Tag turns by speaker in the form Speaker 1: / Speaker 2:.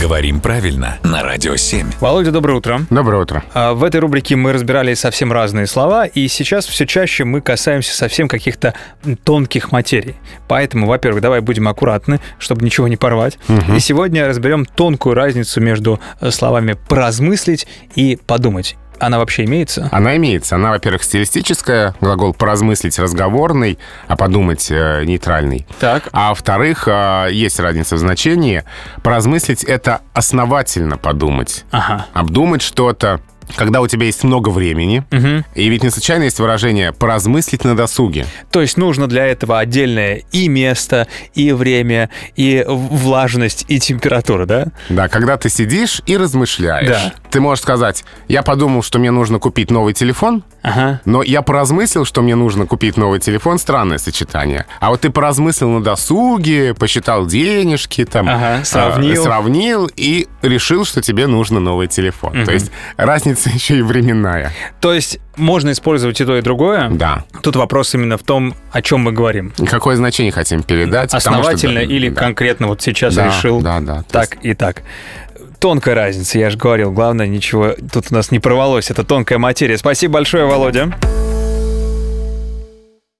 Speaker 1: Говорим правильно на Радио 7.
Speaker 2: Володя, доброе утро.
Speaker 3: Доброе утро.
Speaker 2: А, В этой рубрике мы разбирали совсем разные слова, и сейчас все чаще мы касаемся совсем каких-то тонких материй. Поэтому, во-первых, давай будем аккуратны, чтобы ничего не порвать. И сегодня разберем тонкую разницу между э, словами «поразмыслить» и «подумать». Она вообще имеется?
Speaker 3: Она имеется. Она, во-первых, стилистическая, глагол «поразмыслить» разговорный, а «подумать» э, нейтральный.
Speaker 2: Так.
Speaker 3: А во-вторых, э, есть разница в значении. «Поразмыслить» — это основательно подумать.
Speaker 2: Ага.
Speaker 3: Обдумать что-то, когда у тебя есть много времени.
Speaker 2: Мгм.
Speaker 3: И ведь не случайно есть выражение «поразмыслить на досуге».
Speaker 2: То есть нужно для этого отдельное и место, и время, и влажность, и температура, да?
Speaker 3: Да, когда ты сидишь и размышляешь.
Speaker 2: Да.
Speaker 3: Ты можешь сказать, я подумал, что мне нужно купить новый телефон,
Speaker 2: Ага.
Speaker 3: Но я поразмыслил, что мне нужно купить новый телефон. Странное сочетание. А вот ты поразмыслил на досуге, посчитал денежки, там,
Speaker 2: Ага,
Speaker 3: э,
Speaker 2: сравнил.
Speaker 3: сравнил и решил, что тебе нужно новый телефон. То есть разница еще и временная.
Speaker 2: То есть можно использовать и то, и другое.
Speaker 3: Да.
Speaker 2: Тут вопрос именно в том, о чем мы говорим.
Speaker 3: И какое значение хотим передать? потому что-
Speaker 2: Основательно или
Speaker 3: да.
Speaker 2: конкретно вот сейчас
Speaker 3: Да,
Speaker 2: решил
Speaker 3: да, да. То
Speaker 2: так и так. Тонкая разница, я же говорил, главное ничего тут у нас не порвалось, это тонкая материя. Спасибо большое, Володя.